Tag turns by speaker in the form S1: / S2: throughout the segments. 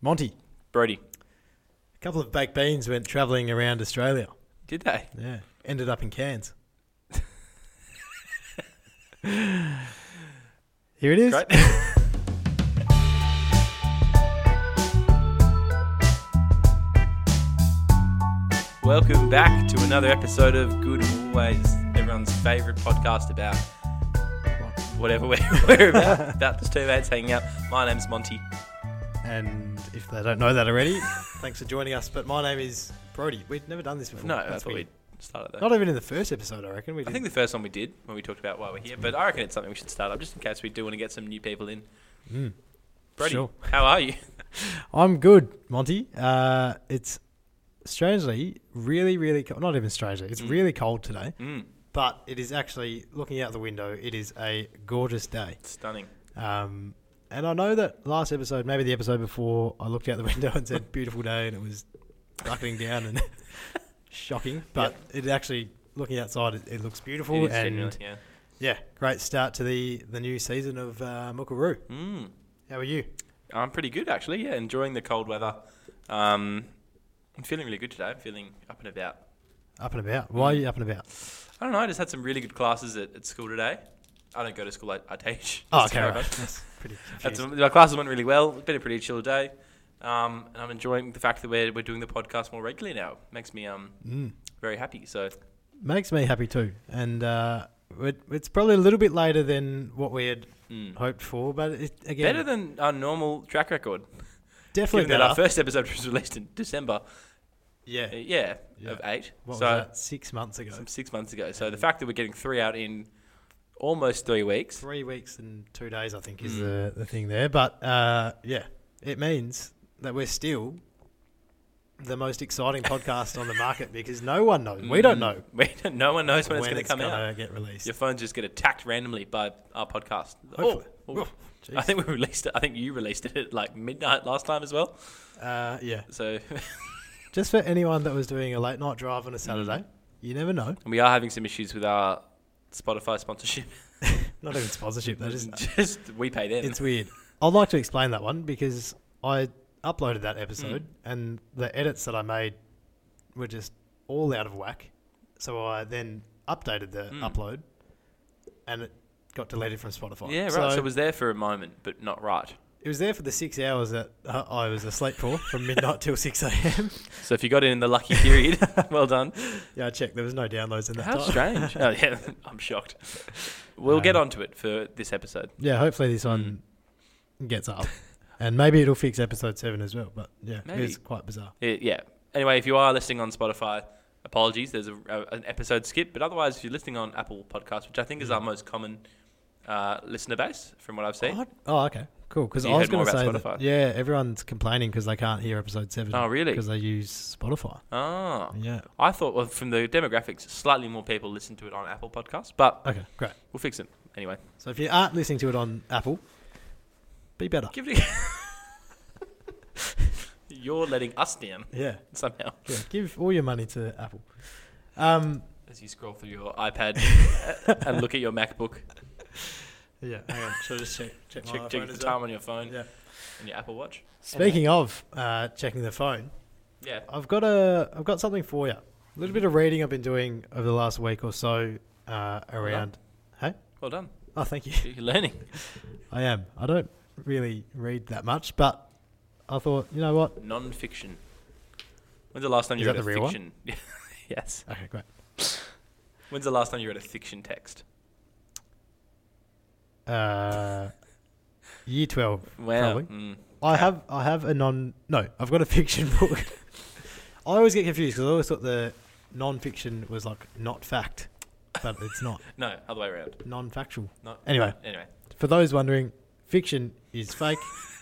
S1: Monty,
S2: Brody,
S1: a couple of baked beans went travelling around Australia.
S2: did they?
S1: Yeah, ended up in Cairns. Here it is.
S2: Great. Welcome back to another episode of Good Always, everyone's favourite podcast about whatever we're, we're about. about just two mates hanging out. My name's Monty.
S1: And if they don't know that already, thanks for joining us. But my name is Brody. We've never done this before.
S2: No, I
S1: That's
S2: thought
S1: weird.
S2: we'd start it though.
S1: Not even in the first episode, I reckon. We
S2: I
S1: did.
S2: think the first one we did when we talked about why we're here, but I reckon it's something we should start up just in case we do want to get some new people in.
S1: Mm.
S2: Brody,
S1: Sure.
S2: how are you?
S1: I'm good, Monty. Uh, it's strangely really, really cold. Not even strangely. It's
S2: Mm.
S1: really cold today,
S2: Mm,
S1: but it is actually looking out the window. It is a gorgeous day.
S2: stunning.
S1: Um, and I know that last episode, maybe the episode before, I looked out the window and said "beautiful day," and it was buckling down and shocking. But it actually, looking outside, it, it looks beautiful.
S2: It is
S1: and
S2: genuinely, yeah.
S1: yeah, great start to the the new season of uh, Muckaroo.
S2: Mm.
S1: How are you?
S2: I'm pretty good actually. Yeah, enjoying the cold weather. Um, I'm feeling really good today. I'm feeling up and about.
S1: Up and about? Why are you up and about?
S2: I don't know. I just had some really good classes at, at school today. I don't go to school. I, I teach.
S1: Oh,
S2: Just
S1: okay,
S2: so
S1: right.
S2: everyone-
S1: That's pretty
S2: That's,
S1: confused.
S2: my classes went really well. It's been a pretty chill day, um, and I'm enjoying the fact that we're, we're doing the podcast more regularly now. Makes me um
S1: Mm.
S2: very happy. So
S1: Makes me happy too, and uh, it, it's probably a little bit later than what we had
S2: mm.
S1: hoped for, but it, Hmm. again,
S2: better than our normal track record.
S1: definitely
S2: Given that our
S1: better.
S2: first episode was released in December,
S1: yeah,
S2: uh, yeah,
S1: Yeah.
S2: of eight.
S1: what was
S2: so
S1: that? Six months ago.
S2: some six months ago. So the fact that we're getting three out in almost three weeks
S1: three weeks and two days, I think, is
S2: Mm.
S1: the, the thing there. But uh, yeah, it means that we're still the most exciting podcast on the market because no one knows. We don't
S2: Mm.
S1: know
S2: We don't, no one knows when, it's
S1: when
S2: going to come out.
S1: get released.
S2: Your phones just get attacked randomly by our podcast.
S1: Hopefully.
S2: Oh, oh.
S1: Jeez.
S2: I think we released it. I think you released it at like midnight last time as well.
S1: uh, yeah,
S2: So
S1: just for anyone that was doing a late night drive on a Saturday,
S2: Mm.
S1: you never know.
S2: we are having some issues with our Spotify sponsorship.
S1: Not even sponsorship. That is,
S2: just we pay them.
S1: it's weird. I'd like to explain that one because I uploaded that episode
S2: Mm.
S1: and the edits that I made were just all out of whack. So I then updated the
S2: Mm.
S1: upload and it got deleted from Spotify.
S2: yeah, right.
S1: So,
S2: So, it was there for a moment, but not right.
S1: there for the six hours that uh, I was asleep for from midnight till 6 a.m.
S2: So if you got in in the lucky period, well done.
S1: Yeah, I checked. There was no downloads in that
S2: How
S1: time.
S2: strange. oh yeah, I'm shocked. We'll get
S1: Um,
S2: onto it for this episode.
S1: Yeah, hopefully this one
S2: Mm.
S1: gets up. And maybe it'll fix episode seven as well. But yeah,
S2: Maybe.
S1: it's quite bizarre.
S2: Uh, yeah. Anyway, if you are listening on Spotify, apologies. There's a, a, an episode skip, but otherwise, if you're listening on Apple Podcasts, which I think is
S1: Mm.
S2: our most common uh, listener base, from what I've seen.
S1: Oh, oh, okay, cool. Because
S2: You
S1: I was
S2: heard more
S1: going to say,
S2: about
S1: that,
S2: Spotify.
S1: yeah, everyone's complaining because they can't hear episode seven.
S2: Oh, really?
S1: Because they use Spotify.
S2: Ah,
S1: Yeah.
S2: I thought well, from the demographics, slightly more people listen to it on Apple Podcasts, but
S1: Okay, great.
S2: we'll fix it anyway.
S1: So if you aren't listening to it on Apple, be better.
S2: Give it. A you're letting us down
S1: Yeah,
S2: somehow
S1: yeah. Give all your money to Apple. Um,
S2: as you scroll through your iPad and look at your MacBook.
S1: yeah. Hang on. Should I just check check,
S2: Check, check the time on your phone
S1: Yeah.
S2: and your Apple Watch.
S1: Speaking of uh, checking the phone,
S2: Yeah.
S1: I've got a I've got something for you. A little bit of reading I've been doing over the last week or so uh, around. Hey.
S2: Well done.
S1: Oh, thank you.
S2: You're learning.
S1: I am. I don't really read that much, but I thought, you know what?
S2: Non-fiction. When's the last time
S1: Is that
S2: you read a
S1: the real one?
S2: fiction? yes.
S1: Okay, great.
S2: When's the last time you read a fiction text?
S1: Uh, year twelve.
S2: Wow.
S1: Probably.
S2: Mm.
S1: I have. I have a non. No, I've got a fiction book. I always get confused because I always thought the non-fiction was like not fact, but it's not
S2: No, other way around.
S1: non-factual.
S2: Not
S1: Anyway,
S2: anyway.
S1: for those wondering, fiction is fake.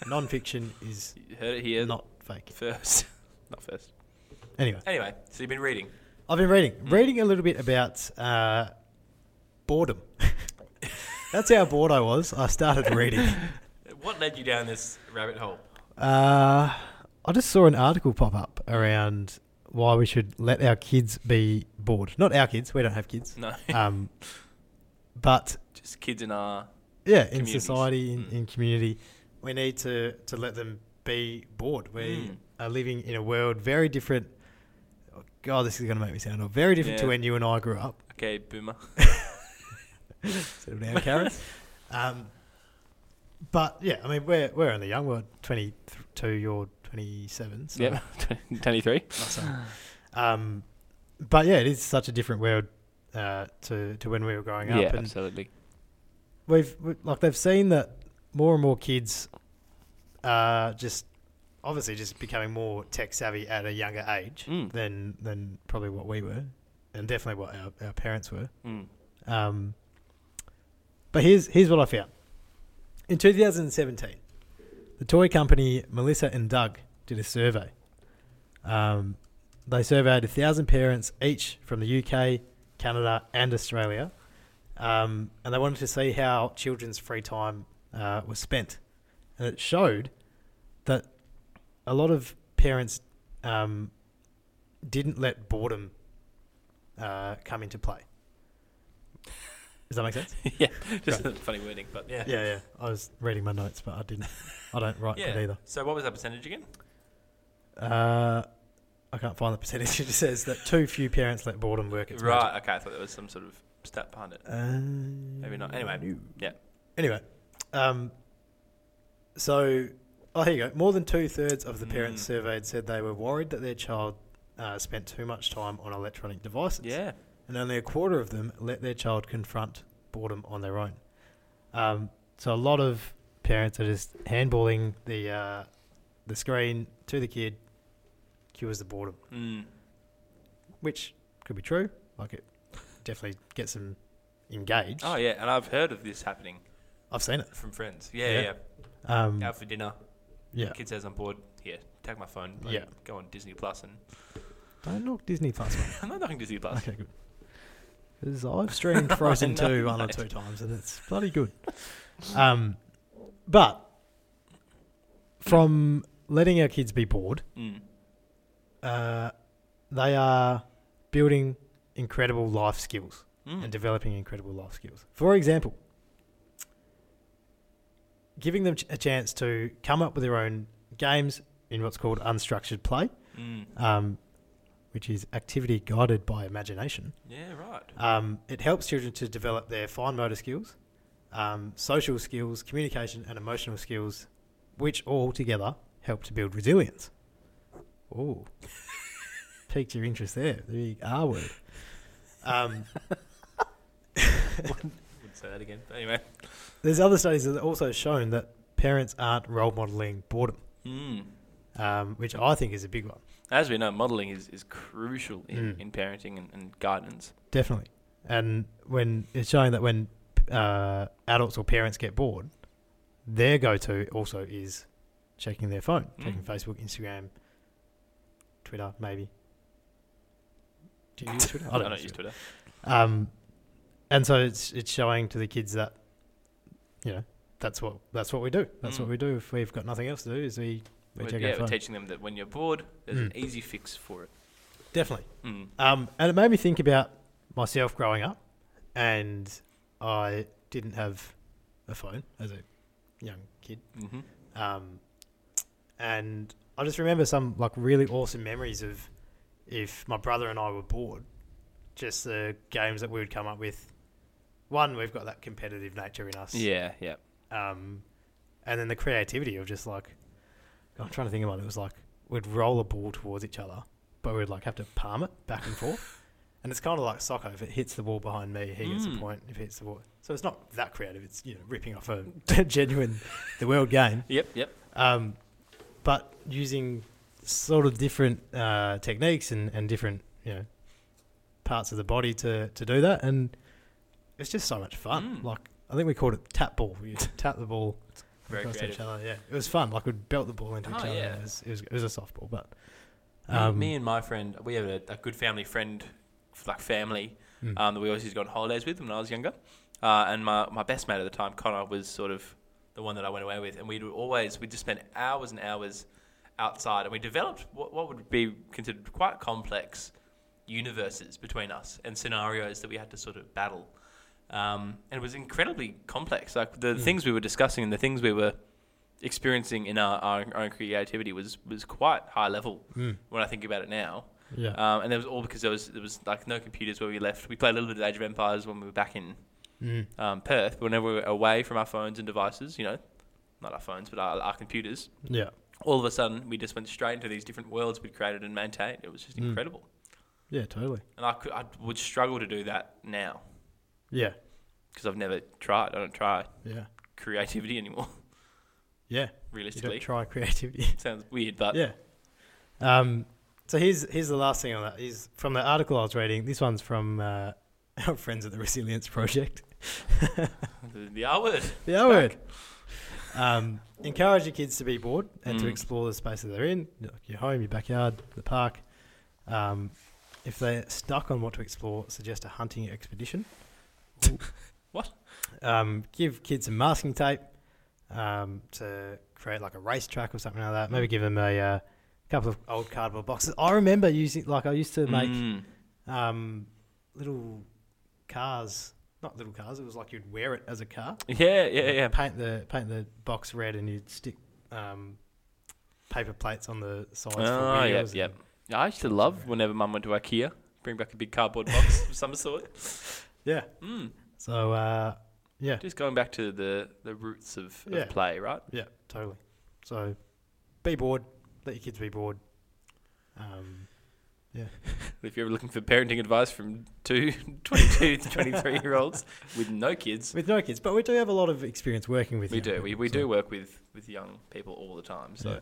S1: non-fiction is
S2: You heard it here
S1: not fake.
S2: first. Not first.
S1: Anyway,
S2: Anyway, so you've been reading.
S1: I've been reading, reading a little bit about uh, boredom. That's how bored I was. I started reading.
S2: What led you down this rabbit hole?
S1: Uh, I just saw an article pop up around why we should let our kids be bored. Not our kids. We don't have kids.
S2: No.
S1: Um, but
S2: Just kids in our
S1: yeah, in
S2: Communities.
S1: society, in,
S2: Mm.
S1: in community, we need to to let them be bored. We
S2: Mm.
S1: are living in a world very different. oh, God, this is going to make me sound old. Very different to
S2: Yeah.
S1: when you and I grew up.
S2: Okay, boomer.
S1: Settle down, Karen. um, but yeah, I mean, we're we're only young. We're twenty two. You're twenty seven. So
S3: Yep. 23.
S1: not so. Um, but yeah, it is such a different world uh, to to when we were growing up.
S3: Yeah,
S1: and
S3: absolutely.
S1: we've we- like they've seen that more and more kids are just obviously just becoming more tech savvy at a younger age
S3: Mm.
S1: than than probably what we were, and definitely what our, our parents were.
S3: Mm.
S1: Um, but here's here's what I found. In 2017, the toy company Melissa and Doug did a survey. Um, they surveyed a thousand parents each from the UK, Canada, and Australia, um, and they wanted to see how children's free time uh, was spent. And it showed that a lot of parents um, didn't let boredom uh, come into play. Does that make sense?
S2: yeah, just funny wording, but yeah.
S1: Yeah, yeah. I was reading my notes, but I didn't. I don't write
S2: Yeah.
S1: good either.
S2: So what was that percentage again?
S1: Uh, I can't find the percentage. It just says that too few parents let boredom work its magic.
S2: right. Okay, I thought there was some sort of stat behind it.
S1: Um,
S2: Maybe not. Anyway, yeah.
S1: Anyway, um, so oh, here you go. More than two thirds of the parents
S2: Mm.
S1: surveyed said they were worried that their child uh, spent too much time on electronic devices.
S2: Yeah.
S1: and only a quarter of them let their child confront boredom on their own. Um, so a lot of parents are just handballing the uh, the screen to the kid cures the boredom,
S2: Mm.
S1: which could be true. Like it definitely gets them engaged.
S2: Oh yeah, and I've heard of this happening
S1: I've seen it.
S2: from friends. Yeah,
S1: Yeah.
S2: yeah.
S1: Um,
S2: Out for dinner.
S1: yeah,
S2: Kid says I'm bored. Yeah. Tag my phone. Like,
S1: Yeah.
S2: Go on Disney Plus and
S1: don't knock Disney Plus. mate.
S2: I'm not knocking Disney Plus.
S1: okay, good. Because I've streamed Frozen
S2: I know,
S1: Two one or
S2: mate.
S1: two times, and it's bloody good. Um, but from letting our kids be bored.
S2: Mm.
S1: uh, they are building incredible life skills
S2: Mm.
S1: and developing incredible life skills. For example, giving them ch- a chance to come up with their own games in what's called unstructured play,
S2: Mm.
S1: um, which is activity guided by imagination.
S2: Yeah. Right.
S1: Um, it helps children to develop their fine motor skills, um, social skills, communication, and emotional skills, which all together help to build resilience. Oh, piqued your interest there. The big R word. Um,
S2: Wouldn't say that again. But anyway.
S1: there's other studies that have also shown that parents aren't role modeling boredom,
S2: Mm.
S1: um, which I think is a big one.
S2: As we know, modelling is, is crucial in,
S1: Mm.
S2: in parenting and, and guidance.
S1: Definitely. And when it's showing that when uh, adults or parents get bored, their go to also is checking their phone, checking
S2: Mm.
S1: Facebook, Instagram, Twitter, maybe. Do you use Twitter?
S2: I don't, use Twitter.
S1: Um, and so it's it's showing to the kids that, you know, that's what that's what we do. That's what
S2: Mm.
S1: we do if we've got nothing else to do is we, Hmm. we
S2: We're,
S1: check
S2: yeah,
S1: our
S2: we're
S1: phone.
S2: teaching them that when you're bored, there's an
S1: Mm.
S2: easy fix for it.
S1: Definitely.
S2: Mm.
S1: Um, and it made me think about myself growing up, and I didn't have a phone as a young kid.
S2: hmm
S1: Um, and I just remember some like really awesome memories of if my brother and I were bored, just the games that we would come up with. One, we've got that competitive nature in us.
S2: Yeah, yeah.
S1: Um, and then the creativity of just like, I'm trying to think about it. It was like we'd roll a ball towards each other, but we'd like have to palm it back and forth. And it's kind of like soccer. If it hits the ball behind me, he gets a
S2: Mm.
S1: point. If it hits the wall, so it's not that creative. It's you know ripping off a genuine the world game,
S2: Yep, yep.
S1: um, but using sort of different uh, techniques and, and different you know parts of the body to to do that. And it's just so much fun.
S2: Mm.
S1: Like I think we called it tap ball. You tap the ball
S2: Very
S1: across
S2: creative.
S1: each other. Yeah, it was fun. Like we'd belt the ball into each
S2: Oh,
S1: other. and
S2: yeah.
S1: It, was, it was it was a softball, but
S2: Me-
S1: um,
S2: me and my friend, we have a, a good family friend, f- like family,
S1: Mm.
S2: um, that we always used to go on holidays with when I was younger. Uh, and my, my best mate at the time, Connor, was sort of the one that I went away with. And we'd always, we'd just spend hours and hours outside. And we developed what, what would be considered quite complex universes between us and scenarios that we had to sort of battle. Um, and it was incredibly complex. Like the
S1: Mm.
S2: things we were discussing and the things we were experiencing in our, our own creativity was was quite high level
S1: Mm.
S2: when I think about it now.
S1: Yeah.
S2: Um, and that was all because there was there was like no computers where we left. We played a little bit of Age of Empires when we were back in
S1: Mm.
S2: um, Perth, but whenever we were away from our phones and devices, you know, not our phones but our, our computers.
S1: Yeah.
S2: All of a sudden, we just went straight into these different worlds we'd created and maintained. It was just
S1: Mm.
S2: incredible,
S1: Yeah. Totally.
S2: and I, could, I would struggle to do that now
S1: Yeah.
S2: because I've never tried. I don't try
S1: Yeah.
S2: creativity anymore.
S1: Yeah. You don't
S2: Realistically,
S1: try creativity.
S2: sounds weird, but
S1: yeah. Um, so here's here's the last thing on that is from the article I was reading. This one's from uh, our friends at the Resilience Project.
S2: the, the R word.
S1: The R word. Um, encourage your kids to be bored and to
S2: Mm.
S1: explore the spaces they're in, like your home, your backyard, the park. Um, if they're stuck on what to explore, suggest a hunting expedition.
S2: What?
S1: Um, give kids some masking tape um, to create like a racetrack or something like that. Maybe give them a uh, couple of old cardboard boxes. I remember using, like, I used to make
S2: Mm.
S1: um, little cars. Not little cars. It was like you'd wear it as a car.
S2: Yeah, yeah, yeah.
S1: Paint the paint the box red, and you'd stick um, paper plates on the sides
S2: Oh,
S1: for
S2: yep,
S1: wheels.
S2: yep. I used to love whenever Mum went to IKEA, bring back a big cardboard box of some sort.
S1: Yeah.
S2: Mm.
S1: So uh, yeah,
S2: Just going back to the, the roots of, of
S1: Yeah.
S2: play, right?
S1: yeah, totally. So be bored. Let your kids be bored. Um,
S2: If you're ever looking for parenting advice from two 22 to 23 year olds with no kids,
S1: with no kids, but we do have a lot of experience working with.
S2: we
S1: young
S2: do. We,
S1: people,
S2: we
S1: so-
S2: do work with, with young people all the time. So
S1: Yeah.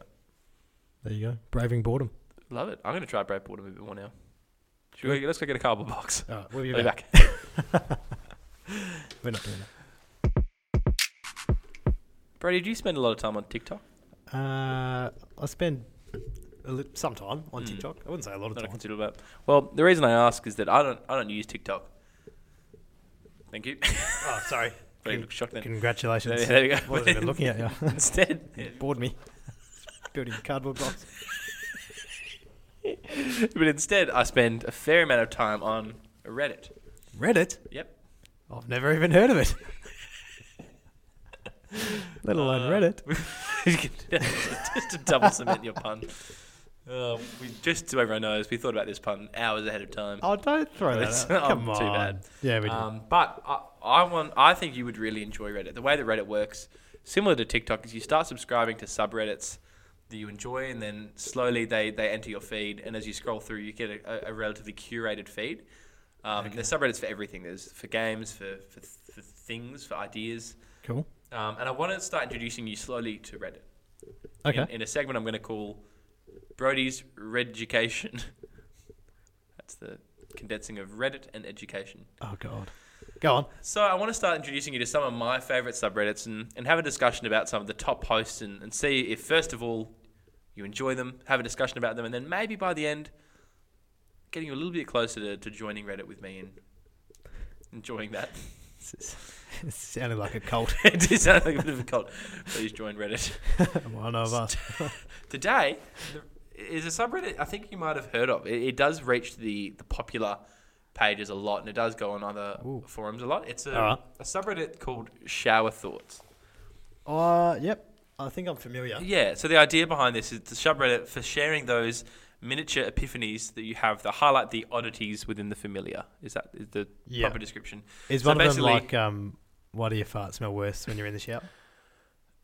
S1: There you go, braving boredom.
S2: love it. I'm going to try Brad Porter a bit more now. Should we, let's go get a cardboard box.
S1: All right, we'll be
S2: I'll be
S1: back.
S2: back.
S1: We're not doing that.
S2: Brady, do you spend a lot of time on TikTok?
S1: Uh, I spend a li- some time on
S2: Mm.
S1: TikTok. I wouldn't say a lot of
S2: Not a
S1: time.
S2: considerable amount. Well, the reason I ask is that I don't I don't use TikTok. Thank you.
S1: Oh, sorry.
S2: Brady
S1: Con-
S2: looked shocked then.
S1: Congratulations.
S2: There, there you go.
S1: Wasn't even looking at you.
S2: Instead,
S1: Bored me. Building a cardboard box.
S2: but instead, I spend a fair amount of time on Reddit.
S1: Reddit?
S2: Yep.
S1: I've never even heard of it. Let alone
S2: Uh,
S1: Reddit.
S2: just to double cement your pun. Uh, we just so everyone knows, we thought about this pun hours ahead of time.
S1: Oh, don't throw
S2: It's-
S1: that out.
S2: oh,
S1: Come on.
S2: too bad.
S1: Yeah, we do.
S2: Um, but I, I want. I think you would really enjoy Reddit. The way that Reddit works, similar to TikTok, is you start subscribing to subreddits that you enjoy, and then slowly they they enter your feed. And as you scroll through, you get a, a, a relatively curated feed. Um, There's subreddits for everything. There's for games, for for, for things, for ideas.
S1: cool.
S2: Um, and I want to start introducing you slowly to Reddit.
S1: Okay.
S2: In, in a segment I'm going to call Brody's Red Education. That's the condensing of Reddit and education.
S1: Oh, God. Go on.
S2: So I want to start introducing you to some of my favourite subreddits and, and have a discussion about some of the top posts and, and see if first of all you enjoy them, have a discussion about them, and then maybe by the end getting you a little bit closer to, to joining Reddit with me and enjoying that.
S1: It sounded like a cult.
S2: it does sound like a bit of a cult. Please join Reddit.
S1: One of us.
S2: Today there is a subreddit I think you might have heard of. It, it does reach the, the popular pages a lot and it does go on other
S1: Ooh.
S2: forums a lot. It's a,
S1: Alright.
S2: a subreddit called Shower Thoughts.
S1: Uh, yep. I think I'm familiar.
S2: Yeah, so the idea behind this is the subreddit for sharing those miniature epiphanies that you have that highlight the oddities within the familiar. Is that is the
S1: Yeah.
S2: proper description?
S1: Is
S2: So
S1: one of them
S2: basically-
S1: like, um, why do your fart smell worse when you're in the shower?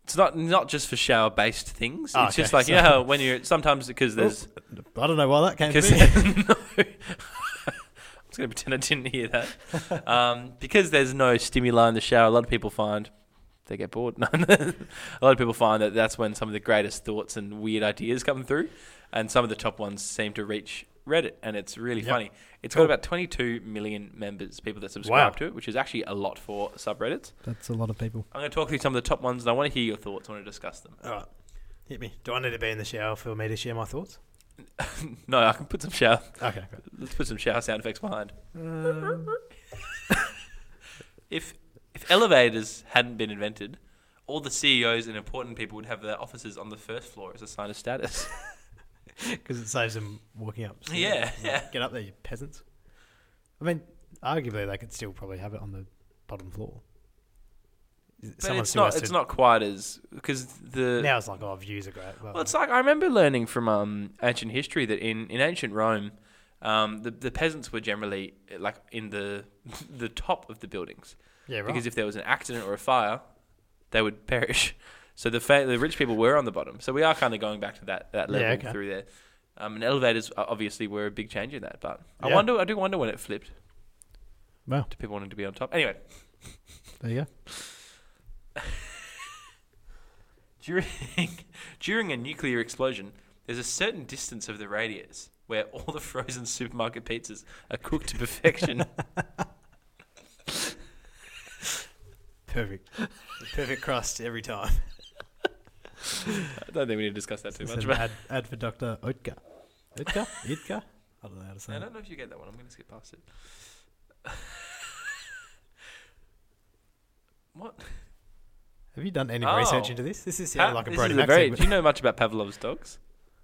S2: It's not not just for shower based things.
S1: Ah,
S2: it's just
S1: okay,
S2: like
S1: so-
S2: yeah, when you're sometimes because there's
S1: I don't know why that came to
S2: because
S1: me.
S2: no, I was going to pretend I didn't hear that. Um, because there's no stimuli in the shower. A lot of people find they get bored. No, a lot of people find that that's when some of the greatest thoughts and weird ideas come through, and some of the top ones seem to reach Reddit, and it's really
S1: Yep.
S2: funny. It's
S1: Cool.
S2: got about 22 million members, people that subscribe
S1: Wow.
S2: to it, which is actually a lot for subreddits.
S1: That's a lot of people.
S2: I'm going to talk through some of the top ones, and I want to hear your thoughts. I want to discuss them.
S1: All right. Hit me. Do I need to be in the shower for me to share my thoughts?
S2: no, I can put some shower.
S1: Okay.
S2: Let's put some shower sound effects behind. Uh.
S1: Um,
S2: If if elevators hadn't been invented, all the CEOs and important people would have their offices on the first floor as a sign of status.
S1: Because it saves them walking up. stairs.
S2: Yeah,
S1: Like,
S2: yeah.
S1: Get up there, you peasants. I mean, arguably they could still probably have it on the bottom floor.
S2: But
S1: someone
S2: it's
S1: still
S2: not.
S1: has
S2: It's
S1: to-
S2: not quite as because the
S1: Now it's like, oh, views are great. But,
S2: Well, it's like I remember learning from um, ancient history that in, in ancient Rome, um, the, the peasants were generally uh, like in the the top of the buildings
S1: yeah, right.
S2: because if there was an accident or a fire, they would perish. So the fa- the rich people were on the bottom. So we are kind of going back to that that
S1: Yeah,
S2: level
S1: okay.
S2: through there. Um, and elevators uh, obviously were a big change in that, but I
S1: Yeah.
S2: wonder I do wonder when it flipped
S1: Wow,
S2: to people wanting to be on top. Anyway,
S1: there you go.
S2: during during a nuclear explosion, there's a certain distance of the radius where all the frozen supermarket pizzas are cooked to perfection.
S1: Perfect. Perfect crust every time.
S2: I don't think we need to discuss that too
S1: It's
S2: much.
S1: an
S2: But
S1: ad, ad for Dr. Oetker. Oetker? Oetker? I don't know how to say
S2: I
S1: it.
S2: don't know if you get that one. I'm going to skip past it. what?
S1: Have you done any
S2: Oh.
S1: research into this? This is
S2: Pa-
S1: sounding like a
S2: this
S1: Brody
S2: is a
S1: Mac
S2: very-
S1: segment.
S2: Do you know much about Pavlov's dogs?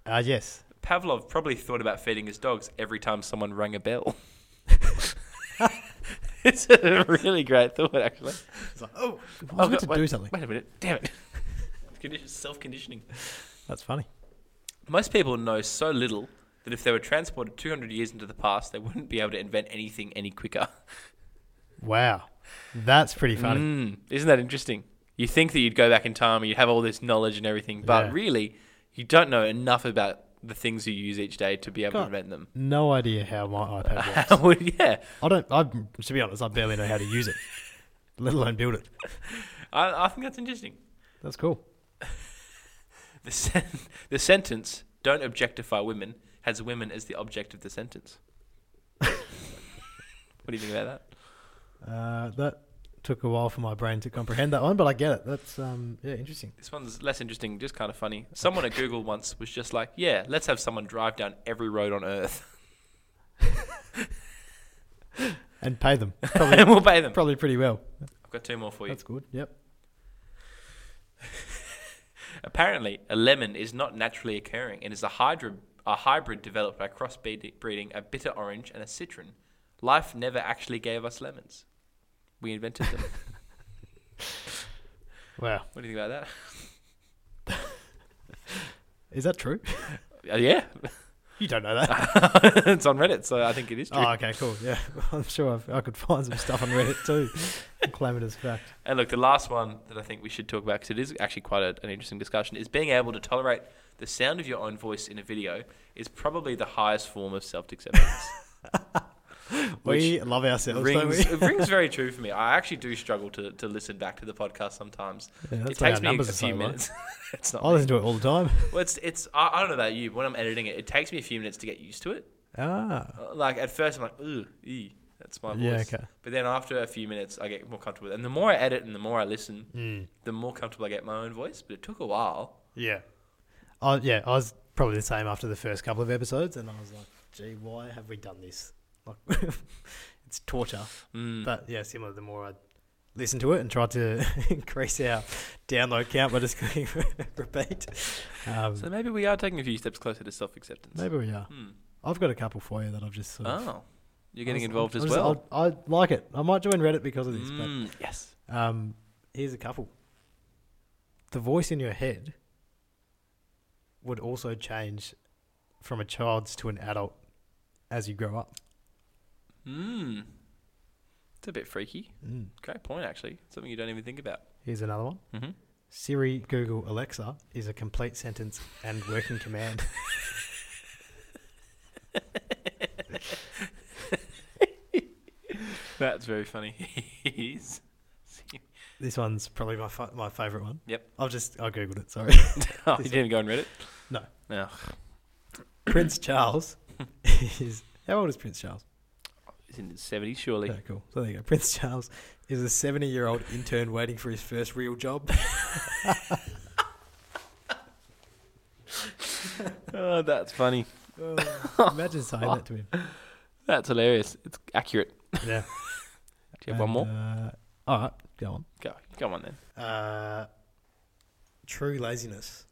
S1: Ah, yes.
S2: Pavlov probably thought about feeding his dogs every time someone rang a bell. it's a really great thought, actually.
S1: It's like, oh, I
S2: Oh,
S1: was meant to
S2: wait,
S1: do something.
S2: Wait a minute. Damn it. Condition, self-conditioning.
S1: That's funny.
S2: Most people know so little that if they were transported 200 years into the past, they wouldn't be able to invent anything any quicker.
S1: Wow. That's pretty funny.
S2: Mm, isn't that interesting? You think that you'd go back in time and you'd have all this knowledge and everything, but
S1: Yeah.
S2: really, you don't know enough about the things you use each day to be able
S1: God.
S2: to invent them.
S1: No idea how my iPad works.
S2: Well, yeah,
S1: I don't, I, to be honest, I barely know how to use it, let alone build it.
S2: I, I think that's interesting.
S1: That's cool.
S2: The, sen- the sentence, don't objectify women, has women as the object of the sentence. what do you think about that?
S1: Uh, that took a while for my brain to comprehend that one, but I get it. That's, um, yeah, interesting.
S2: This one's less interesting, just kind of funny. Someone at Google once was just like, "Yeah, let's have someone drive down every road on Earth,
S1: And pay them.
S2: and we'll pay them."
S1: Probably pretty well.
S2: I've got two more for you.
S1: That's good. Yep.
S2: Apparently, a lemon is not naturally occurring and is a hybrid, a hybrid developed by crossbreeding a bitter orange and a citron. Life never actually gave us lemons; we invented them.
S1: Wow.
S2: what do you think about
S1: Is that true?
S2: that? Uh, yeah,
S1: You don't know that.
S2: it's on Reddit, so I think it is true.
S1: oh, okay, cool. Yeah. I'm sure I've, I could find some stuff on Reddit too and claim it as fact.
S2: And look, the last one that I think we should talk about, because it is actually quite a, an interesting discussion, is being able to tolerate the sound of your own voice in a video is probably the highest form of self acceptance.
S1: we love ourselves, don't we?
S2: rings, it rings very true for me. I actually do struggle to, to listen back to the podcast sometimes.
S1: Yeah,
S2: it
S1: that's why our
S2: takes me a,
S1: numbers are so
S2: few
S1: low.
S2: minutes. it's not.
S1: I listen to it all the time.
S2: Well, it's, it's, I, I don't know about you, but when I'm editing it, it takes me a few minutes to get used to it.
S1: Ah.
S2: Uh, Like at first, I'm like, ooh, ee, that's my voice.
S1: Yeah, okay.
S2: But then after a few minutes, I get more comfortable. with it. And the more I edit and the more I listen,
S1: Mm.
S2: the more comfortable I get my own voice. But it took a while.
S1: Yeah. I, yeah, I was probably the same after the first couple of episodes, and I was like, gee, why have we done this? Like, it's torture.
S2: Mm.
S1: But yeah, similar. The more I listened to it and tried to increase our download count by just clicking repeat, um,
S2: so maybe we are taking a few steps closer to self-acceptance.
S1: maybe we are.
S2: Hmm.
S1: I've got a couple for you that I've just. Sort of,
S2: Oh, you're getting
S1: I was-
S2: involved
S1: I
S2: as
S1: was-
S2: well.
S1: I, I like it. I might join Reddit because of this.
S2: Mm, yes.
S1: But um, here's a couple. The voice in your head would also change from a child's to an adult as you grow up.
S2: Mm. It's a bit freaky.
S1: Mm.
S2: Great point, actually. Something you don't even think about.
S1: Here's another one.
S2: Mm-hmm.
S1: Siri, Google, Alexa is a complete sentence and working command.
S2: That's very funny. He's-
S1: This one's probably my fa- my favorite one.
S2: Yep.
S1: I've just I googled it. Sorry.
S2: oh, you didn't go on Reddit?
S1: No.
S2: No.
S1: Prince Charles is how old is Prince Charles?
S2: It's in the 70s, surely.
S1: Okay, cool. So there you go. Prince Charles is a seventy-year-old intern waiting for his first real job.
S2: Oh, that's funny.
S1: Oh, imagine saying that to him.
S2: That's hilarious. It's accurate.
S1: Yeah.
S2: Do you have one more?
S1: Uh, all right, go
S2: Go, go on then.
S1: on. Uh, true laziness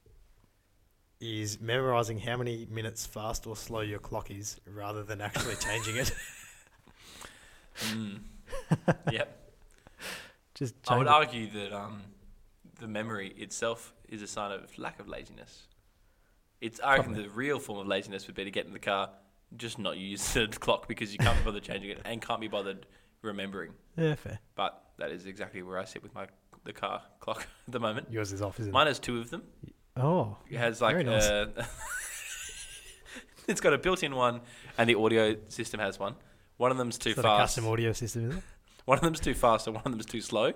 S1: is memorizing how many minutes fast or slow your clock is, rather than actually changing it.
S2: Mm. yep.
S1: Just
S2: I
S1: change
S2: would
S1: it.
S2: argue that um, the memory itself is a sign of lack of laziness. It's I reckon
S1: Probably.
S2: the real form of laziness would be to get in the car, just not use the clock because you can't be bothered changing it and can't be bothered remembering.
S1: Yeah, fair.
S2: But that is exactly where I sit with my the car clock at the moment.
S1: Yours is off, isn't
S2: Mine has two of them.
S1: it? Oh,
S2: It has like
S1: Very nice.
S2: uh, it's got a built-in one, and the audio system has one. One of them's too
S1: it's not a
S2: fast.
S1: custom audio system, is it?
S2: One of them's too fast, and one of them's too slow.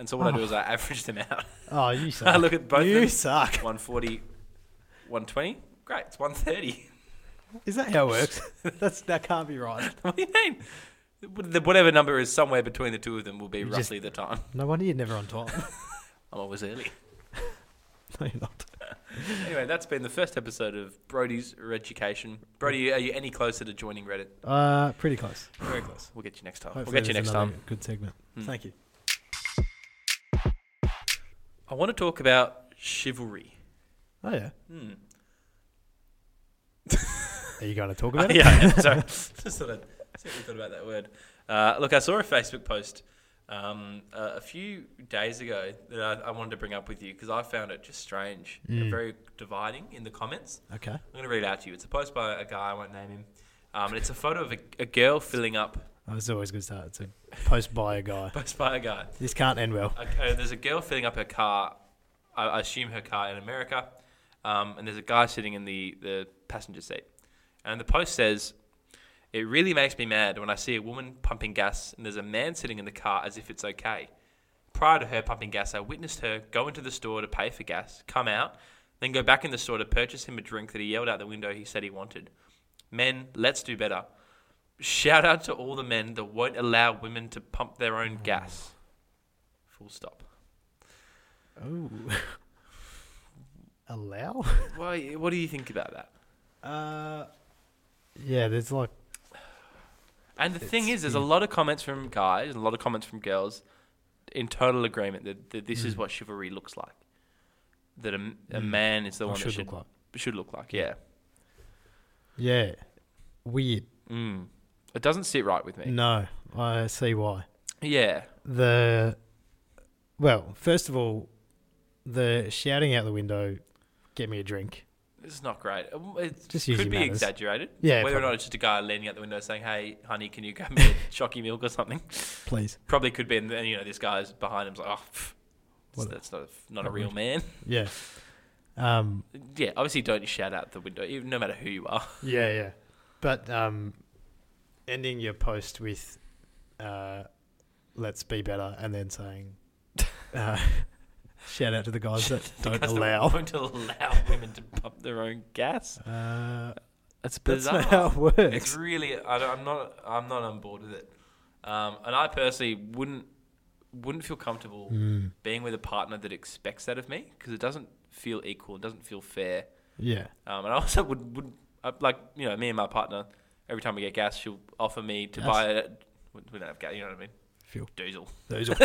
S2: And so what I do is I average them out.
S1: Oh, you suck.
S2: I look at both of
S1: You
S2: them.
S1: suck.
S2: 140, 120. Great, it's 130.
S1: Is that how it works? That's that can't be right.
S2: what do you mean? The- Whatever number is somewhere between the two of them will be
S1: You just-
S2: roughly the time.
S1: No wonder you're never on time.
S2: I'm always early.
S1: no, you're not.
S2: Anyway, that's been the first episode of Brody's Education. Brody, are you any closer to joining Reddit?
S1: Uh, pretty close.
S2: Very close. We'll get you next time.
S1: Hopefully
S2: we'll get you
S1: there's
S2: next
S1: another
S2: time.
S1: Good segment.
S2: Hmm.
S1: Thank you.
S2: I want to talk about chivalry.
S1: Oh yeah.
S2: Hmm.
S1: Are you going to talk about it?
S2: Oh, yeah, I am. sorry. Just thought I'd see what you thought about that word. Uh, look, I saw a Facebook post um, uh, a few days ago that I, I wanted to bring up with you because I found it just strange and
S1: Mm.
S2: very dividing in the comments.
S1: Okay.
S2: I'm going to read it out to you. It's a post by a guy, I won't name him. Um, and it's a photo of a, a girl filling up,
S1: Oh, it's always a good start. It's a post buyer guy.
S2: post by a guy.
S1: This can't end well.
S2: Okay, there's a girl filling up her car. I I assume her car in America, um, and there's a guy sitting in the, the passenger seat. And the post says, "It really makes me mad when I see a woman pumping gas and there's a man sitting in the car as if it's okay. Prior to her pumping gas, I witnessed her go into the store to pay for gas, come out, then go back in the store to purchase him a drink that he yelled out the window he said he wanted. Men, let's do better. Shout out to all the men that won't allow women to pump their own gas." Full stop.
S1: Oh. Allow?
S2: Why, what do you think about that?
S1: Uh, yeah. There's like
S2: And the thing
S1: It's-
S2: is, there's a lot of comments from guys and a lot of comments from girls in total agreement that, that this is
S1: Mm.
S2: what chivalry looks like. That a, a
S1: Mm.
S2: man is the
S1: Or
S2: one
S1: should
S2: that should,
S1: look like.
S2: should look like, yeah.
S1: Yeah. Weird.
S2: Mm. It doesn't sit right with me.
S1: No, I see why.
S2: Yeah.
S1: The well, first of all, the shouting out the window, "Get me a drink."
S2: It's not great. Um, It
S1: Just usually
S2: could be
S1: matters.
S2: exaggerated.
S1: Yeah,
S2: Whether or
S1: probably.
S2: not it's just a guy leaning out the window saying, hey, honey, can you grab me a shocky milk or something?
S1: Please.
S2: Probably could be, and then, you know, this guy's behind him's like, oh, pff,
S1: What-
S2: that's not, a- not a
S1: not
S2: real
S1: rude.
S2: man.
S1: Yeah. Um.
S2: Yeah, obviously don't shout out the window, even no matter who you are.
S1: Yeah, yeah. But um, ending your post with uh, "Let's be better" and then saying, uh, "Shout out to the guys that don't
S2: Because they
S1: allow."
S2: Won't allow women to pump their own gas.
S1: Uh, that's
S2: That's bizarre.
S1: not how it
S2: it's
S1: works.
S2: really. I don't, I'm not. I'm not on board with it. Um, and I personally wouldn't wouldn't feel comfortable
S1: Mm,
S2: being with a partner that expects that of me because it doesn't feel equal. It doesn't feel fair.
S1: yeah.
S2: Um, and I also would would I- like you know me and my partner. Every time we get gas, she'll offer me to
S1: Gas.
S2: buy a. We we don't have gas. You know what I mean?
S1: Fuel.
S2: Diesel.
S1: Those are,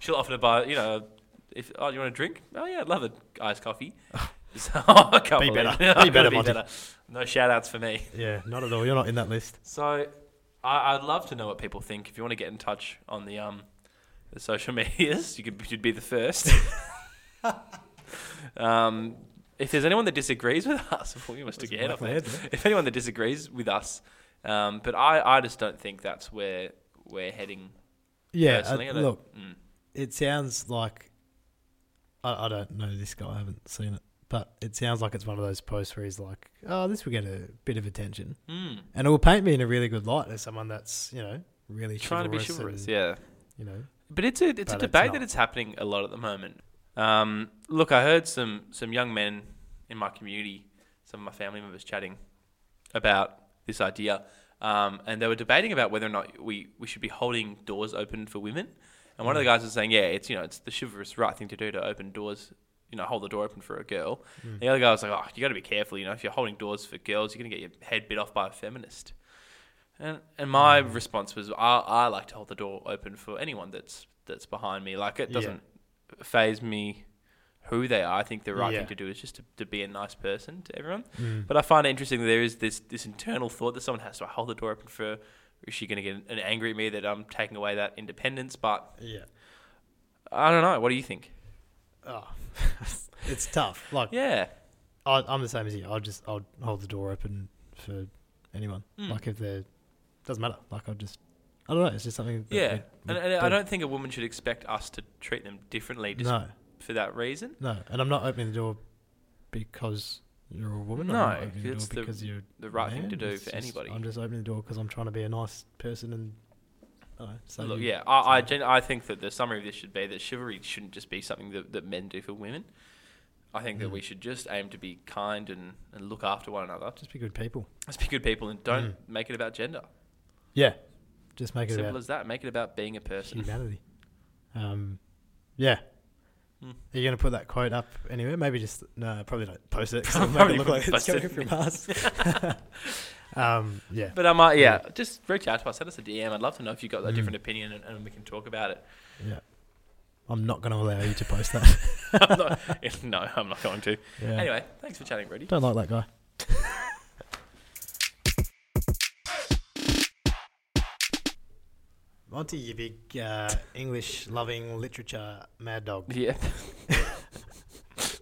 S2: She'll offer to buy, you know, if oh, you want a drink? Oh yeah, I'd love an iced coffee. so, I can't
S1: Oh. Be
S2: believe
S1: better.
S2: it.
S1: Be
S2: I've gotta
S1: better, Monty.
S2: No shout outs for me.
S1: yeah, not at all. You're not in that list.
S2: So I, I'd love to know what people think. If you want to get in touch on the um the social medias, you could you'd be the first. um, if there's anyone that disagrees with us, well, you must
S1: That's
S2: get head up
S1: my
S2: there.
S1: head, yeah.
S2: If anyone that disagrees with us, um, but I, I just don't think that's where we're heading.
S1: Yeah. uh,
S2: personally. I don't-
S1: look,
S2: mm.
S1: it sounds like I, I don't know this guy. I haven't seen it, but it sounds like it's one of those posts where he's like, "Oh, this will get a bit of attention."
S2: Mm.
S1: and it will paint me in a really good light as someone that's you know really
S2: trying to be
S1: chivalrous
S2: chivalrous,
S1: and,
S2: yeah.
S1: You know,
S2: But it's a it's
S1: But
S2: a
S1: it's
S2: debate
S1: not.
S2: that it's happening a lot at the moment. Um, look, I heard some some young men in my community, some of my family members chatting about this idea, um, and they were debating about whether or not we, we should be holding doors open for women. And one of the
S1: Mm.
S2: guys was saying, yeah, it's you know it's the chivalrous right thing to do to open doors, you know, hold the door open for a girl.
S1: Mm.
S2: The other guy was like, oh, you got to be careful, you know, if you're holding doors for girls, you're gonna get your head bit off by a feminist. And and my
S1: Mm.
S2: response was, I, I like to hold the door open for anyone that's that's behind me. Like it
S1: Yeah.
S2: doesn't phase me who they are. I think the right
S1: Yeah.
S2: thing to do is just to, to be a nice person to everyone.
S1: mm.
S2: But I find it interesting that there is this this internal thought that someone has to hold the door open for. Is she going to get an angry at me that I'm taking away that independence? But
S1: yeah,
S2: I don't know. What do you think?
S1: Oh, it's tough. Like
S2: Yeah.
S1: I, I'm the same as you. I'll just I'll hold the door open for anyone.
S2: Mm.
S1: Like if they're doesn't matter. Like I'll just I don't know. It's just something. that
S2: Yeah.
S1: we- we
S2: And, and I don't think a woman should expect us to treat them differently just
S1: No,
S2: for that reason.
S1: no. And I'm not opening the door because you're a woman. I'm
S2: No,
S1: not opening the
S2: it's
S1: door
S2: the
S1: because you're
S2: The right thing
S1: man.
S2: to do
S1: It's
S2: for
S1: just-
S2: anybody.
S1: I'm just opening the door because I'm trying to be a nice person and. Uh, so
S2: Look,
S1: you-
S2: yeah, I, I,
S1: so-
S2: gen- I think that the summary of this should be that chivalry shouldn't just be something that, that men do for women. I think that
S1: Mm.
S2: we should just aim to be kind and, and look after one another.
S1: just be good people.
S2: Let's be good people and don't
S1: Mm.
S2: make it about gender.
S1: Yeah, just make it
S2: Simple
S1: about
S2: as that. Make it about being a person.
S1: humanity. Um, yeah.
S2: Mm.
S1: Are you going to put that quote up anywhere? Maybe just no, probably don't post it. 'cause it'll make
S2: Probably
S1: it look like it's
S2: post
S1: coming
S2: it.
S1: from us. um, yeah,
S2: But um, uh, yeah, just reach out to us. Send us a DM. I'd love to know if you've got a
S1: Mm.
S2: different opinion and, and we can talk about it.
S1: yeah. I'm not going to allow you to post that.
S2: I'm not- no, I'm not going to.
S1: Yeah.
S2: Anyway, thanks for chatting, Brady.
S1: don't like that guy. Monty, you big uh, English-loving literature mad dog.
S2: Yeah.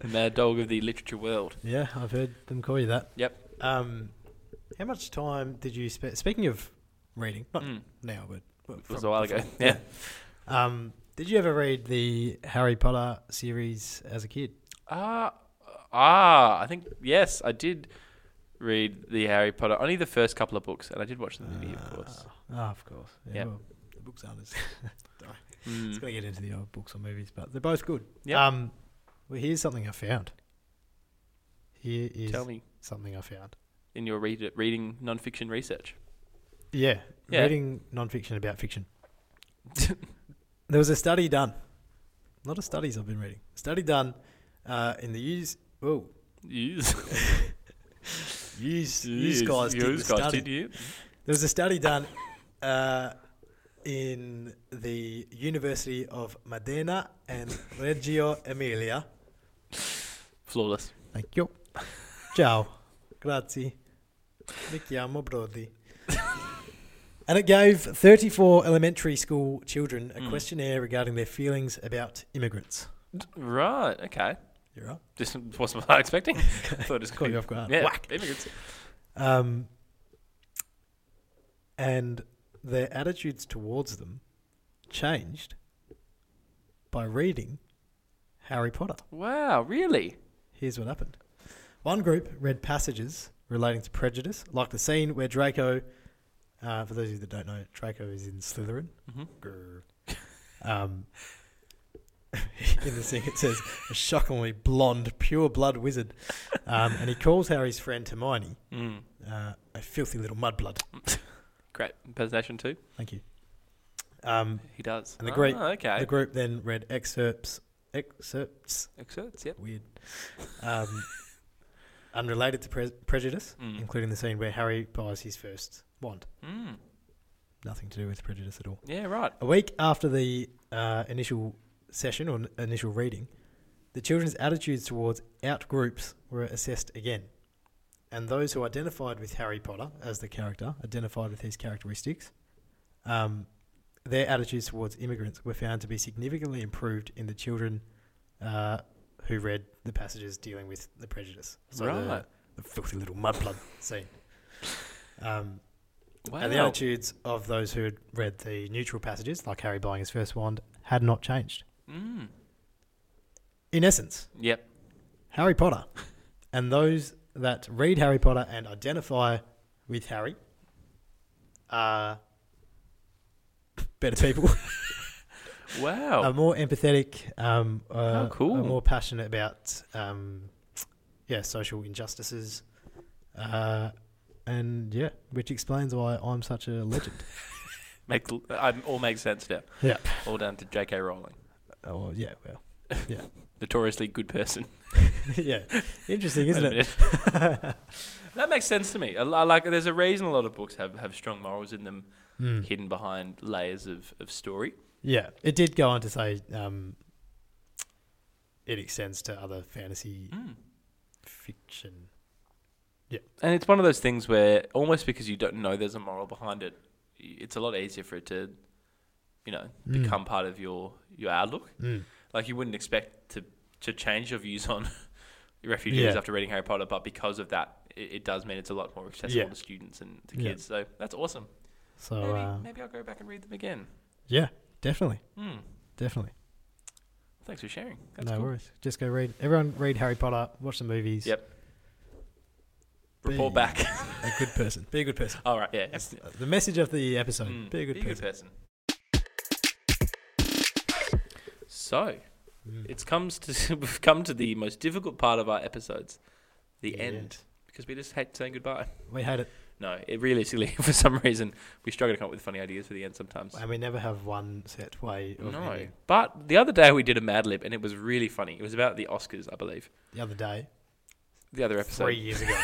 S2: Mad dog of the literature world.
S1: Yeah, I've heard them call you that.
S2: Yep.
S1: Um, how much time did you spend? Speaking of reading, not
S2: Mm.
S1: now, but well,
S2: It was
S1: from-
S2: a while ago. Yeah.
S1: Um, did you ever read the Harry Potter series as a kid?
S2: Ah, ah, I think yes, I did read the Harry Potter, only the first couple of books, and I did watch the movie, of course.
S1: Ah, ah, of course. Yeah.
S2: Yep.
S1: Well, the books aren't as.
S2: Mm.
S1: it's going to get into the old books or movies, but they're both good.
S2: Yep.
S1: Um, well, here's something I found. Here is
S2: Tell me
S1: something I found.
S2: in your read- reading nonfiction research.
S1: Yeah,
S2: Yeah.
S1: reading nonfiction about fiction. There was a study done. A lot of studies I've been reading. study done uh, in the use. Oh,
S2: Yes.
S1: use,
S2: Yes,
S1: use guys did
S2: yous
S1: the study.
S2: did you?
S1: There was a study done uh, in the University of Modena and Reggio Emilia.
S2: Flawless.
S1: Thank you. Ciao. Grazie. Mi chiamo Brody. and it gave 34 elementary school children a
S2: Mm.
S1: questionnaire regarding their feelings about immigrants.
S2: Right. Okay.
S1: You're right.
S2: This wasn't what I was expecting. I thought it was
S1: Caught
S2: going
S1: you
S2: to
S1: off guard.
S2: be yeah,
S1: Whack.
S2: immigrants.
S1: Um, and their attitudes towards them changed by reading Harry Potter.
S2: Wow. Really?
S1: Here's what happened. One group read passages relating to prejudice, like the scene where Draco, uh, for those of you that don't know, Draco is in Slytherin.
S2: Mm-hmm.
S1: Grr. Um, in the thing it says, a shockingly blonde, pure blood wizard. Um, and he calls Harry's friend Hermione
S2: Mm.
S1: uh, a filthy little mudblood.
S2: Great impersonation too.
S1: Thank you. Um,
S2: He does.
S1: And the
S2: Ah,
S1: great-
S2: okay.
S1: The group then read excerpts, excerpts,
S2: Excerpts. Yep.
S1: weird, um, unrelated to pre- prejudice,
S2: Mm.
S1: including the scene where Harry buys his first wand.
S2: Mm.
S1: Nothing to do with prejudice at all.
S2: Yeah. Right.
S1: A week after the uh, initial session or n- initial reading, the children's attitudes towards out groups were assessed again. And those who identified with Harry Potter as the character, identified with his characteristics, um, their attitudes towards immigrants were found to be significantly improved in the children uh, who read the passages dealing with the prejudice. So
S2: Right.
S1: the, the filthy little mudblood scene. Um,
S2: Wow.
S1: and the attitudes of those who had read the neutral passages, like Harry buying his first wand, had not changed.
S2: mm.
S1: In essence,
S2: Yep.
S1: Harry Potter and those that read Harry Potter and identify with Harry are better people,
S2: Wow.
S1: are more empathetic, um, uh,
S2: Oh, cool.
S1: are more passionate about um, yeah social injustices, uh, and yeah, which explains why I'm such a legend.
S2: Make, um, all makes sense now.
S1: yeah.
S2: All down to J.K. Rowling.
S1: Oh yeah. Well.
S2: Notoriously good person.
S1: yeah. Interesting, isn't
S2: Wait a
S1: it?
S2: minute. that makes sense to me. I, li- like, there's a reason a lot of books have, have strong morals in them,
S1: Mm.
S2: hidden behind layers of, of story.
S1: Yeah. It did go on to say um, it extends to other fantasy
S2: Hmm.
S1: fiction.
S2: And it's one of those things where almost because you don't know there's a moral behind it, y- it's a lot easier for it to you know,
S1: Mm.
S2: become part of your your outlook.
S1: Mm.
S2: Like you wouldn't expect to to change your views on refugees
S1: Yeah.
S2: after reading Harry Potter, but because of that, it, it does mean it's a lot more accessible
S1: Yeah.
S2: to students and to
S1: Yeah.
S2: kids. So that's awesome.
S1: So
S2: maybe
S1: uh,
S2: maybe I'll go back and read them again.
S1: yeah, definitely,
S2: Hmm.
S1: definitely.
S2: Thanks for sharing. That's
S1: no
S2: cool.
S1: worries. Just go read. Everyone read Harry Potter. Watch the movies.
S2: Yep. Report
S1: Be
S2: back.
S1: A good person. Be a good person.
S2: All right. Yeah.
S1: That's the message of the episode.
S2: Mm,
S1: Be a good person.
S2: So
S1: Mm.
S2: it's comes to we've come to the most difficult part of our episodes, the
S1: Yeah.
S2: end, because we just hate saying goodbye.
S1: We had it,
S2: No, it realistically, for some reason, we struggle to come up with funny ideas for the end sometimes.
S1: and we never have one set way. Of
S2: No,
S1: ending.
S2: but the other day we did a Mad Lib and it was really funny. It was about the Oscars, I believe.
S1: The other day,
S2: The other episode.
S1: three years ago,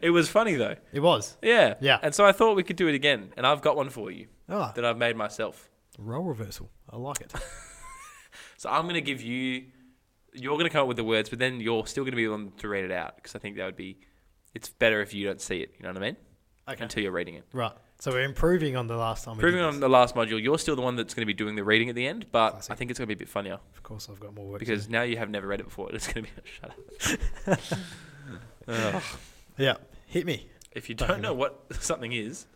S2: It was funny though.
S1: it was.
S2: Yeah.
S1: Yeah.
S2: And so I thought we could do it again, and I've got one for you
S1: Ah,
S2: that I've made myself.
S1: role reversal. I like it.
S2: So I'm going to give you, you're going to come up with the words, but then you're still going to be the one to read it out because I think that would be, it's better if you don't see it. You know what I mean?
S1: Okay.
S2: Until you're reading it.
S1: Right. So we're improving on the last time. We
S2: Proving
S1: did
S2: on
S1: this.
S2: the last module, you're still the one that's going to be doing the reading at the end, but I
S1: Classic.
S2: think it's going to be a bit funnier
S1: Of course, I've got more work. to
S2: because
S1: do.
S2: now you have never read it before. It's going to be shut up. Ugh.
S1: yeah, hit me.
S2: if you
S1: Fucking
S2: don't know what something is,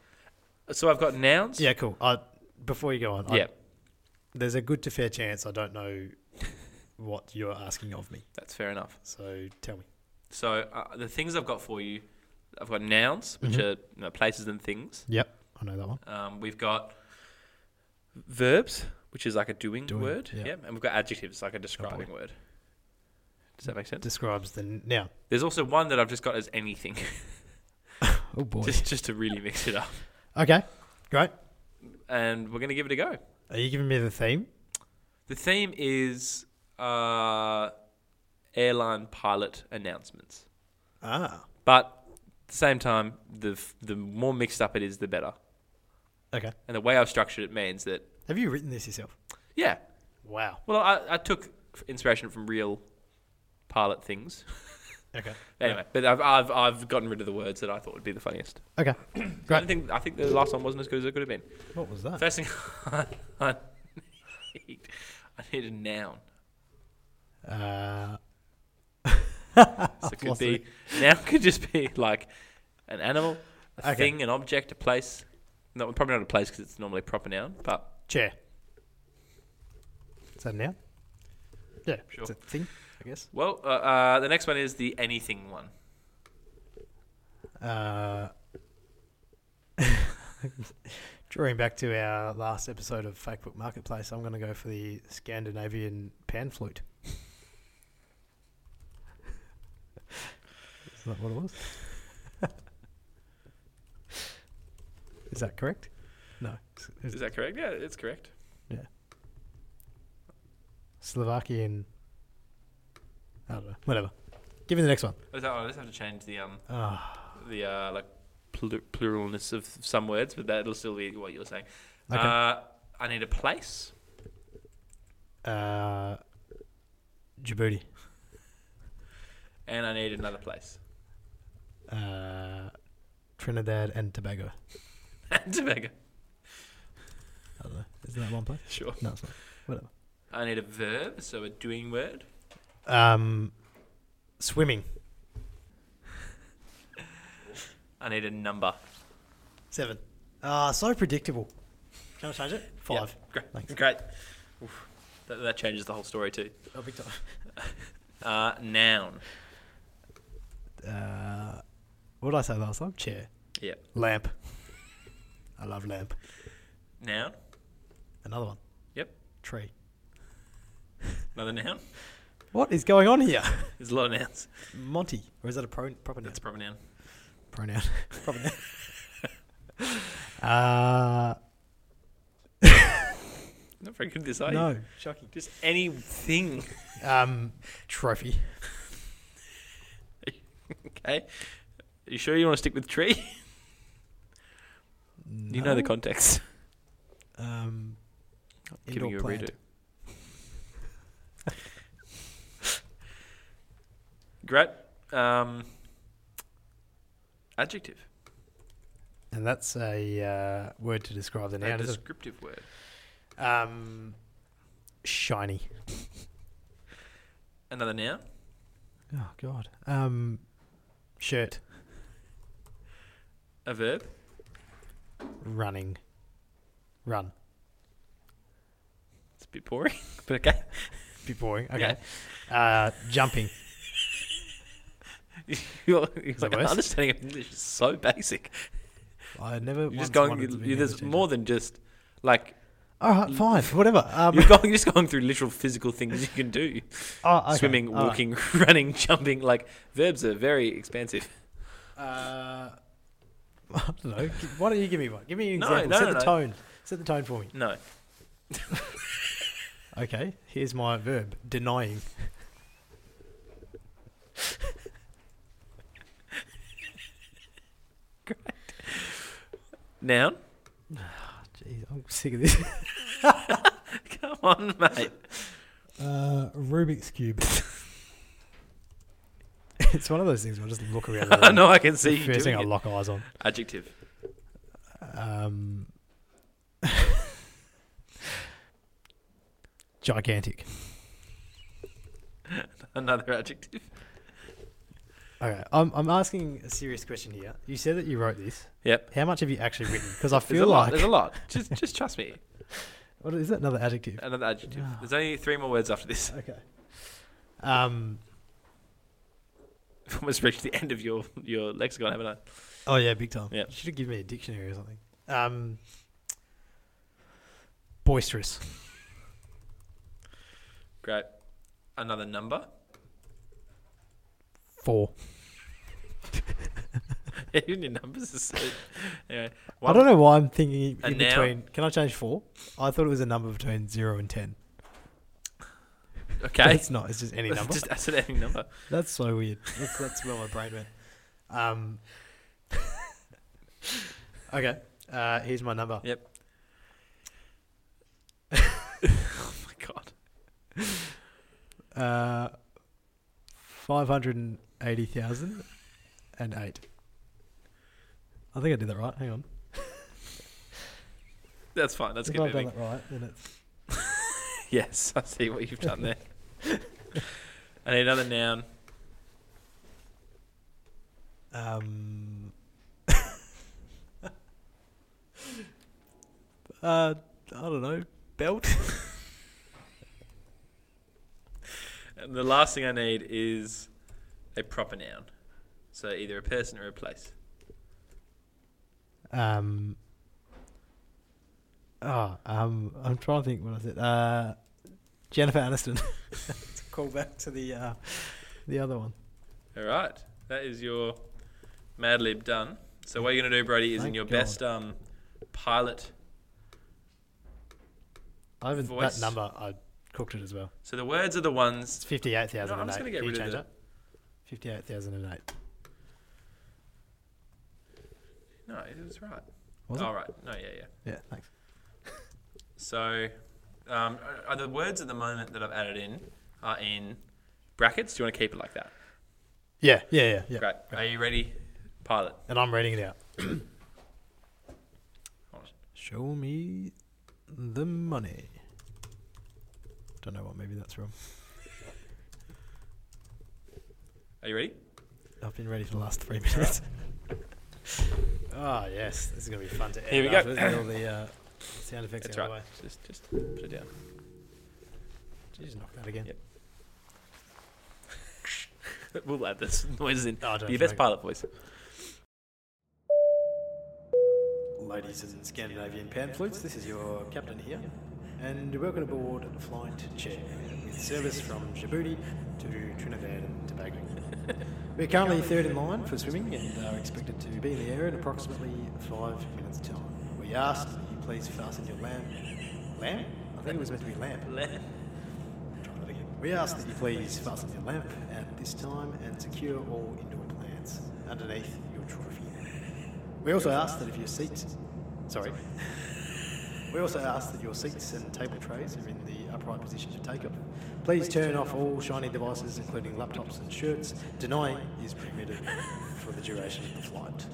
S2: so I've got nouns.
S1: Yeah, cool. I, before you go on, I-
S2: Yeah,
S1: there's a good to fair chance I don't know what you're asking of me.
S2: that's fair enough.
S1: So tell me.
S2: So uh, the things I've got for you, I've got nouns, which
S1: Mhm.
S2: are you know, places and things.
S1: Yep, I know that one.
S2: Um, we've got verbs, which is like a doing,
S1: Doing,
S2: word.
S1: yeah.
S2: Yeah. And we've got adjectives, like a describing word. Does that make sense?
S1: Describes the n- noun.
S2: There's also one that I've just got as anything,
S1: Oh boy.
S2: just just to really mix it up.
S1: okay, great.
S2: And we're gonna give it a go.
S1: Are you giving me the theme?
S2: The theme is uh, airline pilot announcements,
S1: Ah,
S2: but at the same time, the f- the more mixed up it is, the better.
S1: okay.
S2: And the way I've structured it means that
S1: Have you written this yourself?
S2: yeah,
S1: Wow.
S2: well, I, I took inspiration from real pilot things.
S1: Okay.
S2: Anyway, but I've, I've I've gotten rid of the words that I thought would be the funniest.
S1: Okay.
S2: I don't think I think the last one wasn't as good as it could have been.
S1: What was that?
S2: First thing I, I need, I need a noun.
S1: Uh,
S2: So it could
S1: Oh, lost
S2: be noun could just be like an animal, a
S1: Okay.
S2: thing, an object, a place. No, probably not a place because it's normally a proper noun. But
S1: chair. Is that a noun? Yeah,
S2: Sure.
S1: It's a thing, I guess.
S2: well, uh, uh, the next one is the anything one.
S1: Uh, drawing back to our last episode of Facebook Marketplace, I'm going to go for the Scandinavian pan flute. Is that what it was? Is that correct? No. Is
S2: Is that correct? Yeah, it's correct.
S1: Slovakian. I don't know. Whatever. Give me the next one.
S2: Is that- oh, I just have to change the um
S1: Ah,
S2: the uh, like plur- pluralness of some words, but that'll still be what you're saying.
S1: Okay.
S2: Uh, I need a place.
S1: uh, Djibouti.
S2: and I need another place.
S1: Uh, Trinidad and Tobago.
S2: And Tobago.
S1: I don't know. Isn't that one place?
S2: Sure.
S1: No, it's not. Whatever.
S2: I need a verb, so a doing word.
S1: Um, swimming.
S2: I need a number.
S1: Seven. Ah, so predictable. Can I change it?
S2: Yeah,
S1: Five.
S2: Great.
S1: Thanks.
S2: Great. Oof. That, that changes the whole story too.
S1: Oh, big time.
S2: Uh, noun.
S1: Uh, what did I say last time? Chair.
S2: Yeah.
S1: Lamp. I love lamp.
S2: Noun.
S1: Another one.
S2: Yep.
S1: Tree.
S2: Another noun.
S1: What is going on here?
S2: There's a lot of nouns.
S1: Monty. Or is that a pro- proper noun?
S2: That's a proper noun.
S1: pronoun. proper noun.
S2: Not very good at this,
S1: uh,
S2: are you?
S1: no. Shocking.
S2: Just anything.
S1: Um, trophy.
S2: Okay. eh? You sure you want to stick with tree? You know the
S1: No.
S2: context.
S1: Um, indoor
S2: Giving you a
S1: plant.
S2: redo. Great. Um, adjective.
S1: and that's a uh, word to describe the
S2: a
S1: noun. Isn't
S2: descriptive word.
S1: it? Um, shiny.
S2: Another noun.
S1: Oh God. Um, shirt.
S2: A verb.
S1: Running. Run.
S2: It's a bit boring, but okay.
S1: Be boring. Okay. Uh, jumping.
S2: You're,
S1: that
S2: like,
S1: worse?
S2: understanding of English is so basic.
S1: I never.
S2: You're
S1: once
S2: just going.
S1: wanted to
S2: You,
S1: be
S2: you,
S1: an
S2: there's
S1: English
S2: more
S1: teacher.
S2: than just like
S1: All right, fine, whatever. Um,
S2: you're going. You're just going through literal physical things you can do:
S1: oh, okay,
S2: swimming,
S1: all right.
S2: walking, running, jumping. Like verbs are very expansive.
S1: Uh, I don't know. Gi- Why don't you give me one? Give me an
S2: No,
S1: example.
S2: no,
S1: Set
S2: no,
S1: the
S2: no.
S1: tone. Set the tone for me.
S2: No,
S1: Okay. Here's my verb: denying.
S2: noun.
S1: Jeez, I'm sick of this.
S2: Come on, mate.
S1: Uh, Rubik's cube. it's one of those things where I just look around. the
S2: I
S1: room.
S2: know I can see
S1: The
S2: you
S1: first thing
S2: doing
S1: I
S2: it.
S1: lock eyes on.
S2: Adjective.
S1: Um, gigantic.
S2: Another adjective.
S1: Okay, I'm I'm asking a serious question here. You said that you wrote this.
S2: Yep.
S1: How much have you actually written? Because I
S2: There's
S1: feel
S2: a lot.
S1: like
S2: There's a lot. Just, just trust me.
S1: what is that another adjective?
S2: Another adjective. There's only three more words after this.
S1: Okay. Um.
S2: I've almost reached the end of your your lexicon, haven't I?
S1: Oh yeah, big time.
S2: Yep.
S1: You should have given me a dictionary or something. Um. Boisterous.
S2: Great. Another number.
S1: Four.
S2: Even your numbers are so. Anyway,
S1: I don't know why I'm thinking
S2: A
S1: in
S2: noun?
S1: between. Can I change four? I thought it was a number between zero and ten. But
S2: Okay.
S1: it's not. It's just any number.
S2: Just I said any number.
S1: That's so weird. That's, that's where my brain went. Um, okay. Uh, here's my number.
S2: Yep. oh my
S1: Uh,
S2: god.
S1: five hundred and eighty thousand and eight. I think I did that right. Hang on.
S2: That's fine. Let's
S1: if
S2: get
S1: I've done
S2: moving.
S1: that right, then it's
S2: Yes, I see what you've done there. I need another noun.
S1: um. uh, I don't know. Belt.
S2: And the last thing I need is a proper noun. So either a person or a place.
S1: Um. Oh, um, I'm trying to think. What I said. Uh, Jennifer Aniston. It's a call back to the uh, the other one.
S2: All right. That is your Mad Lib done. So what you're going to do, Brody, is in
S1: Thank
S2: your
S1: God.
S2: best um, pilot.
S1: I haven't
S2: Voice.
S1: that number. I cooked it as well.
S2: So the words are the ones
S1: It's fifty-eight thousand
S2: No, I'm
S1: and
S2: just
S1: eight.
S2: gonna get
S1: Can you
S2: rid of
S1: change
S2: the-
S1: that? Fifty-eight thousand and eight.
S2: No, it was right.
S1: Was it?
S2: All right. No, yeah, yeah.
S1: Yeah, thanks.
S2: So, um, are- are the words at the moment that I've added in are in brackets? Do you want to keep it like that?
S1: Yeah, yeah, yeah, yeah.
S2: Great. Are you ready, pilot?
S1: And I'm reading it out.
S2: Hold on.
S1: Show me the money. Don't know what movie that's from.
S2: Are you ready?
S1: I've been ready for the last three minutes. oh yes, this is gonna be fun to. edit
S2: Here we go.
S1: afterwards with All the uh, sound effects
S2: That's
S1: out of
S2: right.
S1: the way.
S2: Just, just put it down.
S1: Did you just knock that again?
S2: Yep. We'll add this noises in.
S1: No, I don't
S2: Your best
S1: think-
S2: pilot voice.
S1: Ladies and Scandinavian pan flutes, this is your captain here, and welcome aboard Flight Chair with service from Djibouti to Trinidad and Tobago. We're currently third in line for swimming and are expected to be in the air in approximately five minutes' time. We ask that you please fasten your lamp. Lamp? I think it was meant to be lamp. We ask that you please fasten your lamp at this time and secure all indoor plants underneath your trophy. We also ask that if your seats, sorry, we also ask that your seats and table trays are in the upright position to take off. Please turn off all shiny devices, including laptops and shirts. Denying is permitted for the duration of the flight.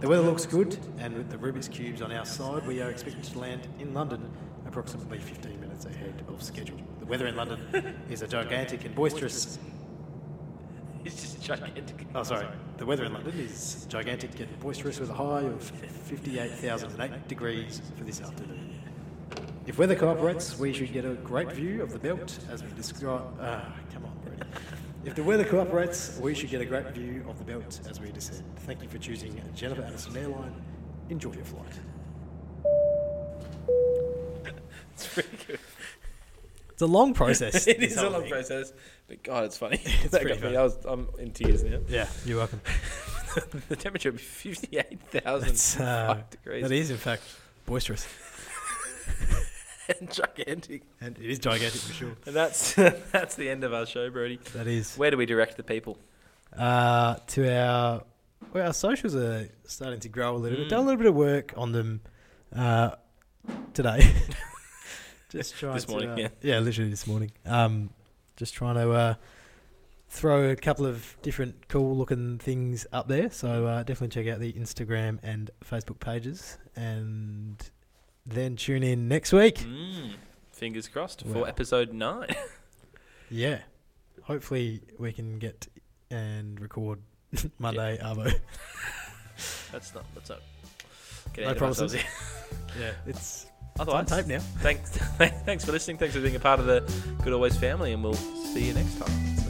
S1: The weather looks good, and with the Rubik's Cubes on our side, we are expected to land in London approximately 15 minutes ahead of schedule. The weather in London is a gigantic and boisterous.
S2: It's just gigantic.
S1: Oh, sorry. The weather in London is gigantic and boisterous with a high of 58,008 degrees for this afternoon. If weather cooperates, we should get a great view of the belt as we describe. Ah, come on, Brody. If the weather cooperates, we should get a great view of the belt as we descend. Thank you for choosing Jennifer Aniston Airline. Enjoy your flight.
S2: It's pretty good.
S1: It's a long process.
S2: it is a long process, but God, it's funny. that
S1: pretty
S2: got me.
S1: funny.
S2: I was, I'm in tears now.
S1: Yeah, you're welcome.
S2: the temperature would be 58,000
S1: That's, uh,
S2: fuck degrees.
S1: that is, in fact, boisterous.
S2: and gigantic.
S1: And it is gigantic for sure.
S2: And that's, that's the end of our show, Brody.
S1: That is.
S2: Where do we direct the people?
S1: Uh, to our. Well, our socials are starting to grow a little
S2: Mm.
S1: bit. Done a little bit of work on them uh, today. just trying
S2: This
S1: to,
S2: morning,
S1: uh,
S2: yeah.
S1: yeah, literally this morning. Um, just trying to uh, throw a couple of different cool looking things up there. So uh, definitely check out the Instagram and Facebook pages, and then tune in next week.
S2: Mm, fingers crossed for
S1: Wow.
S2: episode nine.
S1: Yeah, hopefully we can get and record Monday Arvo.
S2: that's not. That's not. Get
S1: No
S2: ahead of
S1: promises.
S2: ourselves here.
S1: Yeah, it's
S2: Otherwise,
S1: on tape now.
S2: thanks, thanks for listening. Thanks for being a part of the Good Always family, and we'll see you next time.